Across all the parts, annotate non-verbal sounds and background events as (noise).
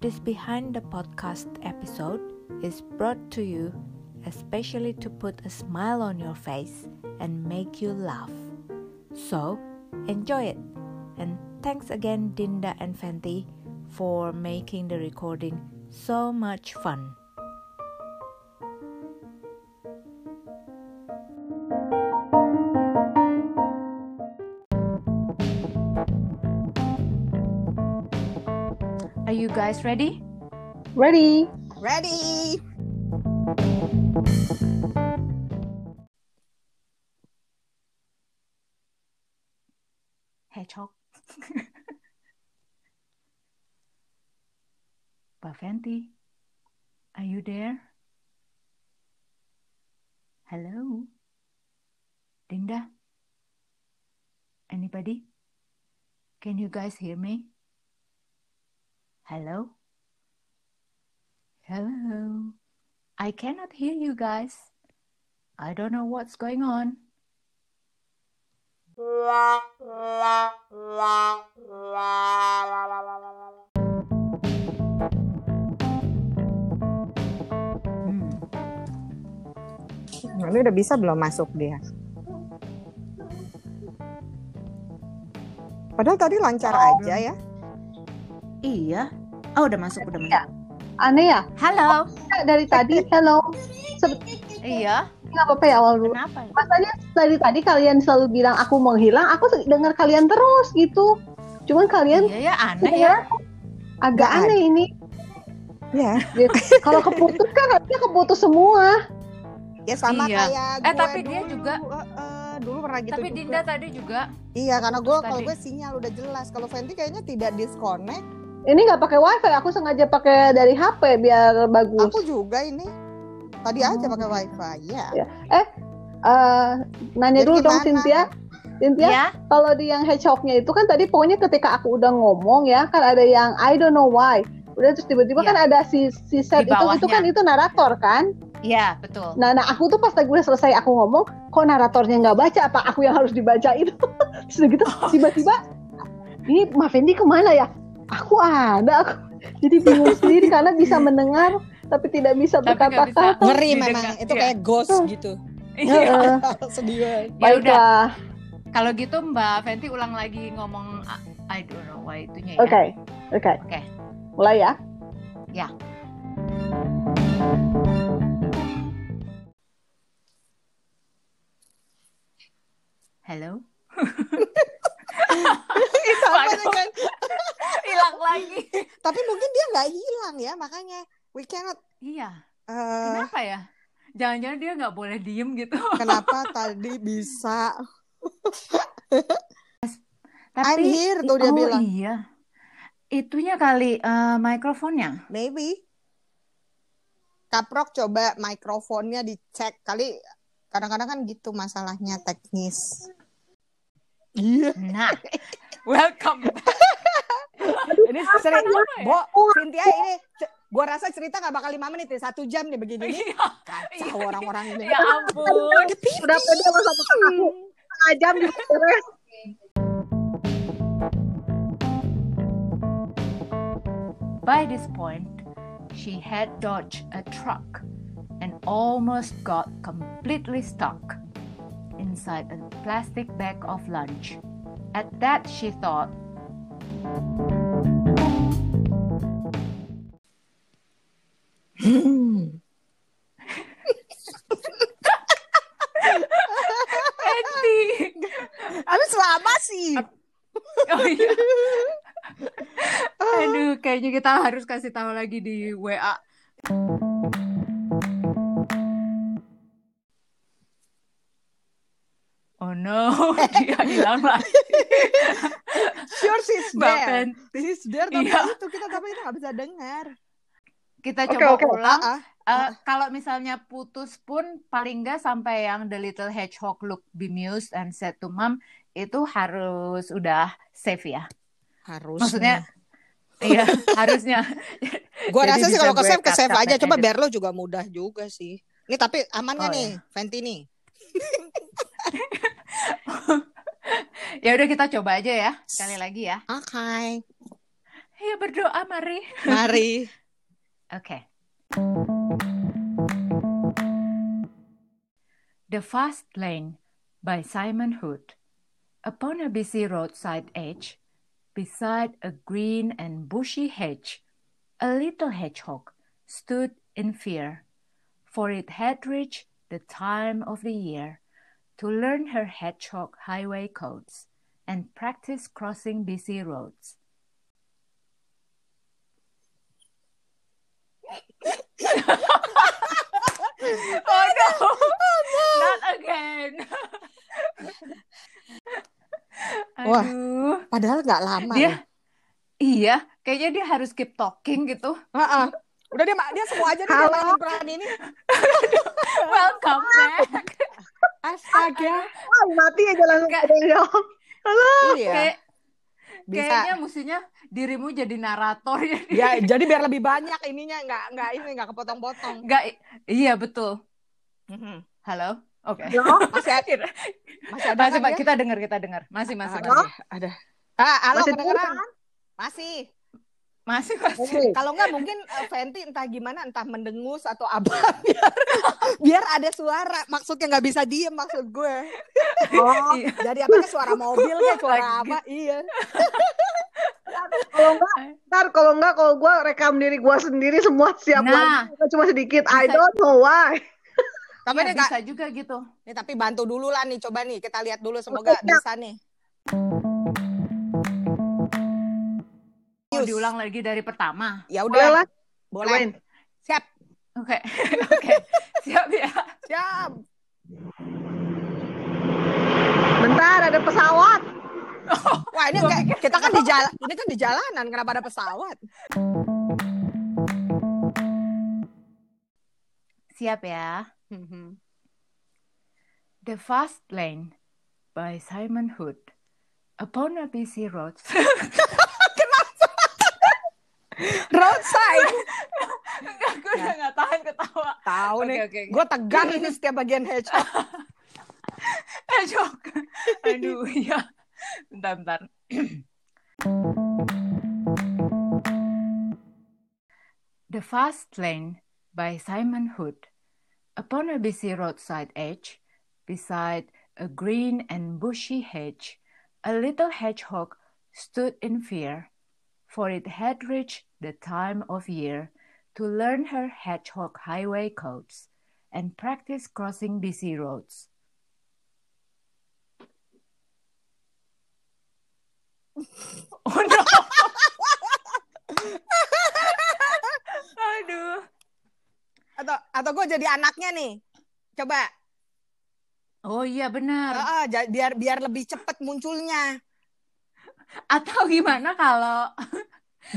Voice behind the podcast episode is brought to you especially to put a smile on your face and make you laugh. So, enjoy it. And thanks again, Dinda and Fenty, for making the recording so much fun. Are you guys ready? Ready? Ready? (laughs) hedgehog. Baventi, are you there? Hello? Dinda? Anybody? Can you guys hear me? Hello? Hello? I cannot hear you guys. I don't know what's going on. Hmm. Ini udah bisa belum masuk dia? Padahal tadi lancar aja ya. Iya. Oh, udah masuk, udah masuk. Iya. Aneh ya? Halo. Kak, Dari (laughs) tadi, hello. Iya. Nggak apa-apa ya awal dulu. Kenapa? Masalahnya dari tadi kalian selalu bilang aku menghilang, aku se- dengar kalian terus gitu. Cuman kalian Iya Iya. ya, aneh ya. agak Nggak aneh ini. Ya, Kalau keputus kan harusnya keputus semua. ya sama Iya. kayak Eh, gue tapi dia dulu, juga- eh, eh, dulu pernah gitu Tapi juga. Dinda tadi juga. Iya, karena gue Terus kalau tadi- gue sinyal udah jelas. Kalau Fenty kayaknya tidak disconnect. Ini nggak pakai wifi, aku sengaja pakai dari HP biar bagus. Aku juga ini. Tadi Oh, aja pakai wifi. Iya. Ya. Eh, nanya Jadi dulu dong gimana? Cynthia. Cynthia, Iya. kalau di yang hedgehognya itu kan tadi pokoknya ketika aku udah ngomong ya kan ada yang I don't know why udah terus tiba-tiba Iya. kan ada si si set Di itu itu bawahnya. kan itu narator kan Iya, betul. nah nah aku tuh pas tadi udah selesai aku ngomong kok naratornya nggak baca apa aku yang harus dibaca itu (laughs) terus udah gitu Oh. tiba-tiba ini Mafendi kemana ya aku ada aku jadi bingung sendiri karena bisa mendengar tapi tidak bisa Tapi nggak berkata-kata bisa. Ngeri Tidak, memang. nggak. Itu Iya. kayak ghost gitu. Iya. Heeh. (laughs) Sedih banget. Ya udah, baiklah kalau gitu Mbak Fenty ulang lagi ngomong I- I don't know why itunya ya. oke oke Oke. mulai ya Hello. Ih, sama Waduh. dengan- Hilang lagi. Tapi mungkin dia nggak hilang ya, makanya we cannot Iya. eh, Kenapa ya? Jangan-jangan dia nggak boleh diem gitu. kenapa tadi bisa I'm Tapi here tuh dia oh bilang iya. Itunya kali eh, mikrofonnya. maybe kaprok coba mikrofonnya dicek kali kadang-kadang kan gitu masalahnya teknis iya Nah. (laughs) Welcome (laughs) back. ini sering Kenapa ya? Bo, Cynthia ini ce- gua rasa cerita nggak bakal lima menit ya satu jam nih begini nih Iya. kacau orang-orang ini (laughs) Ya ampun. Hmm. udah pede sama sama aku setengah jam juga beres. By this point, she had dodged a truck and almost got completely stuck inside a plastic bag of lunch. At that, she thought, (laughs) Andy! habis lama sih (laughs) Oh iya. Aduh, kayaknya kita harus kasih tahu lagi di WA. Oh no, (laughs) dia hilang (laughs) lagi. sure she's Mbak there Pen. she's there tapi Iya. itu kita tapi kita nggak bisa dengar Kita Oke, coba oke. ulang. Ah, ah. Eh, kalau misalnya putus pun paling nggak sampai yang the little hedgehog look bemused and said to mom itu harus udah safe ya. harus Maksudnya iya, harusnya. Gua Jadi rasa sih bisa kalau ke gue save ke cut, save cut, aja. and Coba edit. biar lo juga mudah juga sih. Ini tapi aman nggak Oh, nih, Fenty nih? Ya udah kita coba aja ya. Sekali lagi ya. Oke. Here Ayo berdoa mari. Mari. Okay. The Fast Lane by Simon Hood. Upon a busy roadside edge, beside a green and bushy hedge, a little hedgehog stood in fear, for it had reached the time of the year to learn her hedgehog highway codes and practice crossing busy roads. oh no! (laughs) Not again. Wah. Aduh. Padahal nggak lama. Dia ya. Iya, kayaknya dia harus keep talking gitu. Ha-ha. Udah dia dia semua aja dia Halo. mainin peran ini. Welcome back. Astaga. Ah, mati aja langsung Nggak. ada yang jawab. Iya. Kayak Bisa. kayaknya mestinya dirimu jadi narator (laughs) ya. Ya, jadi biar lebih banyak ininya nggak nggak ini nggak kepotong-potong. Enggak, i- iya betul. Mhm. Halo. Oke. Masih ada. Masih ada Masih kan Pak, dia? kita dengar, kita dengar. Masih, masih, Ah, masih. Ada. Ah, halo Masih kedengeran? Masih. Masih, masih. Oke. Kalau nggak mungkin eh, Fenty entah gimana entah mendengus atau apa (laughs) biar, biar ada suara. Maksudnya nggak bisa diem maksud gue. Oh, Iya. Jadi apa suara mobil kayak suara Lagi. apa? Iya. kalau enggak, ntar kalau enggak kalau gue rekam diri gue sendiri semua siap Nah. lagi. Cuma sedikit. I Bisa. don't know why. Tapi Iya, dia nggak- bisa juga gitu. Nih, tapi bantu dulu lah nih, coba nih kita lihat dulu semoga bisa nih. Mau Yus. diulang lagi dari pertama. Ya Boleh udah, lah. boleh. Win. Siap, Oke. (laughs) Oke. Siap ya. siap. Bentar ada pesawat. Wah ini kayak- kita kan di jalan, ini kan di jalanan, kenapa ada pesawat? Siap ya. The Fast Lane by Simon Hood. Upon a busy road. (laughs) Roadside. Enggak, gue udah gak tahan ketawa. Tahu Oke, nih, oke, oke. gue tegang ini setiap bagian hedgehog. (laughs) Eh, jok. (laughs) Aduh, ya. Bentar, bentar. (clears throat) The Fast Lane by Simon Hood. Upon a busy roadside edge, beside a green and bushy hedge, a little hedgehog stood in fear, for it had reached the time of year to learn her hedgehog highway codes and practice crossing busy roads. Oh no! Aduh. Atau atau gue jadi anaknya nih. Coba, Oh iya benar. Heeh, ja- biar biar lebih cepet munculnya. Atau gimana kalau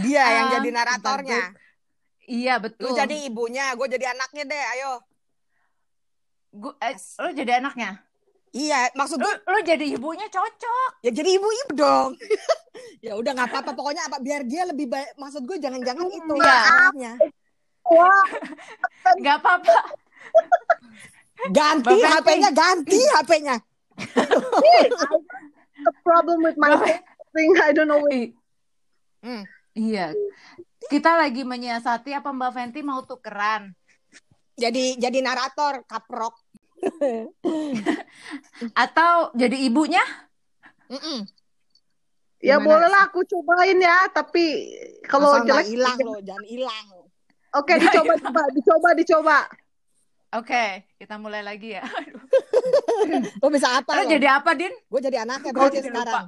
Dia yang Ah, jadi bentar, naratornya. iya betul. Lu jadi ibunya, gue jadi anaknya deh, ayo. Gua, eh, lu jadi anaknya. Iya, maksud Lu gue lu jadi ibunya cocok. ya jadi ibu-ibu dong. (laughs) ya udah nggak apa-apa, pokoknya apa biar dia lebih baik. Maksud gue jangan-jangan itu Iya. masalahnya. Wah, Kan Gak (laughs) apa-apa. Ganti Bapak HP-nya, ganti HP-nya. the problem with my thing. I don't know. I- why. Hmm. Iya. Kita lagi menyiasati apa Mbak Fenty mau tukeran? Jadi jadi narator kaprok. Atau jadi ibunya? Mm-mm. Ya Gimana? boleh lah aku cobain ya, tapi kalau Asal nggak jelek hilang loh, jangan hilang. Oke, dicoba, coba, dicoba, dicoba. Oke, kita mulai lagi ya. Aduh. Lo bisa apa? lo? Lu jadi apa, Din? Gue jadi anaknya Gua berarti jadi sekarang.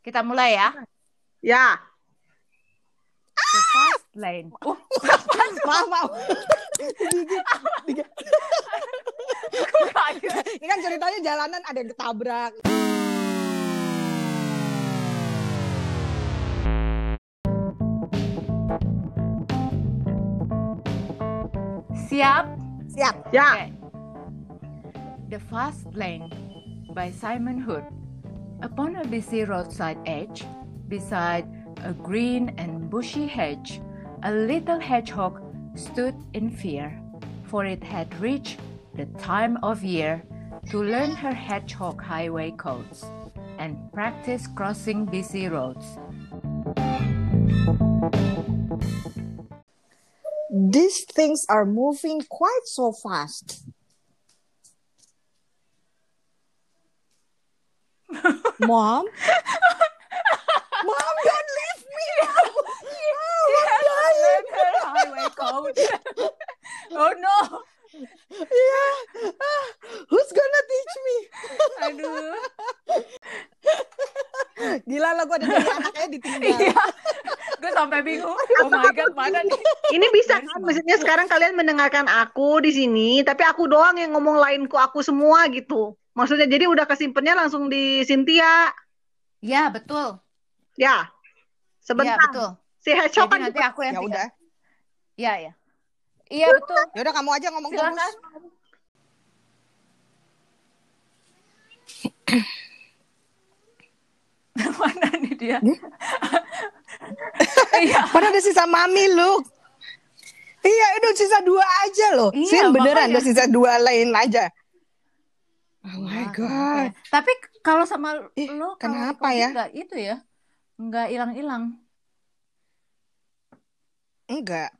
Kita mulai ya. Ya. The fast lane. Uh, Maaf, maaf. (laughs) Digigit. Digigit. aku kaget. Ini kan ceritanya jalanan ada yang ketabrak. Siap? Siap. Ya. Okay. The Fast Lane by Simon Hood. Upon a busy roadside edge, beside a green and bushy hedge, a little hedgehog stood in fear, for it had reached the time of year to learn her hedgehog highway codes and practice crossing busy roads. These things are moving quite so fast. Mom? Mom, don't leave me! Oh, Yes, let her highway code. (laughs) oh no, Yeah. Ah, Who's gonna teach me? aduh. Gila lo gue (laughs) ada dari anaknya ditinggal. Iya, gue sampai bingung. Oh my god, mana nih? Ini bisa kan? Maksudnya sekarang kalian mendengarkan aku di sini, tapi aku doang yang ngomong lainku aku semua gitu. Maksudnya jadi udah kesimpannya langsung di Cynthia. Ya betul. Iya Ya. Sebentar. betul. si Hecho Jadi kan nanti juga- aku yang Ya udah. Iya ya. Iya betul. Ya udah kamu aja ngomong Silakan. terus. (coughs) mana nih dia? Iya. Mana ada sisa mami lu? Iya, itu sisa dua aja loh. Iya, Sin beneran makanya. ada sisa dua lain aja. Oh Wah, my kenapa god. ya? Tapi k- kalau sama lo Ih, kalau kenapa dikasih ya? nggak itu ya? Nggak hilang-hilang. Enggak.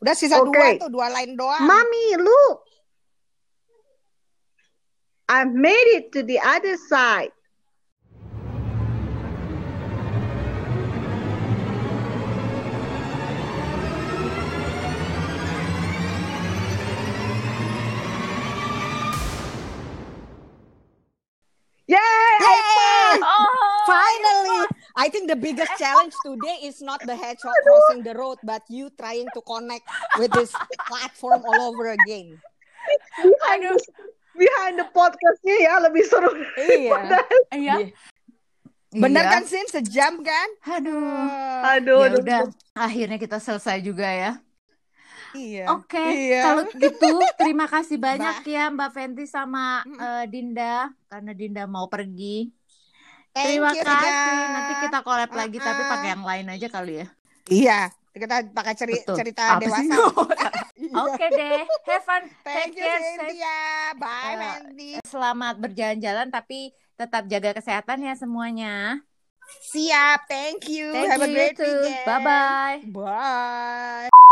Udah sisa Oke. dua tuh, dua lain doang. Mami, look. I made it to the other side. Yay! I passed! Oh, Finally, I think the (laughs) biggest challenge today is not the hedgehog crossing the road, but you trying to connect with this platform all over (laughs) again. aduh. Behind the podcastnya ya lebih seru. Iya, Iya. bener Iya. kan Sin? Sejam kan? Aduh. Eh, Aduh, ya udah. Akhirnya kita selesai juga ya. iya. Oke, Iya. kalau gitu terima (laughs) kasih banyak ya Mbak Fenty sama eh, Dinda karena Dinda mau pergi. Thank terima you, kasih. Ida. Nanti kita collab lagi tapi Uh-uh. pakai yang lain aja kali ya. Iya, kita pakai ceri- Betul. cerita Apa sih? (laughs) dewasa. Iya. Oh, (laughs) Oke deh. Have fun. Thank Take you, care. Safe Cynthia. Bye, Eh, Mandy. selamat berjalan-jalan tapi tetap jaga kesehatan ya semuanya. Siap. ya. Thank you. Thank Have a you, you great too. weekend. Bye bye. Bye.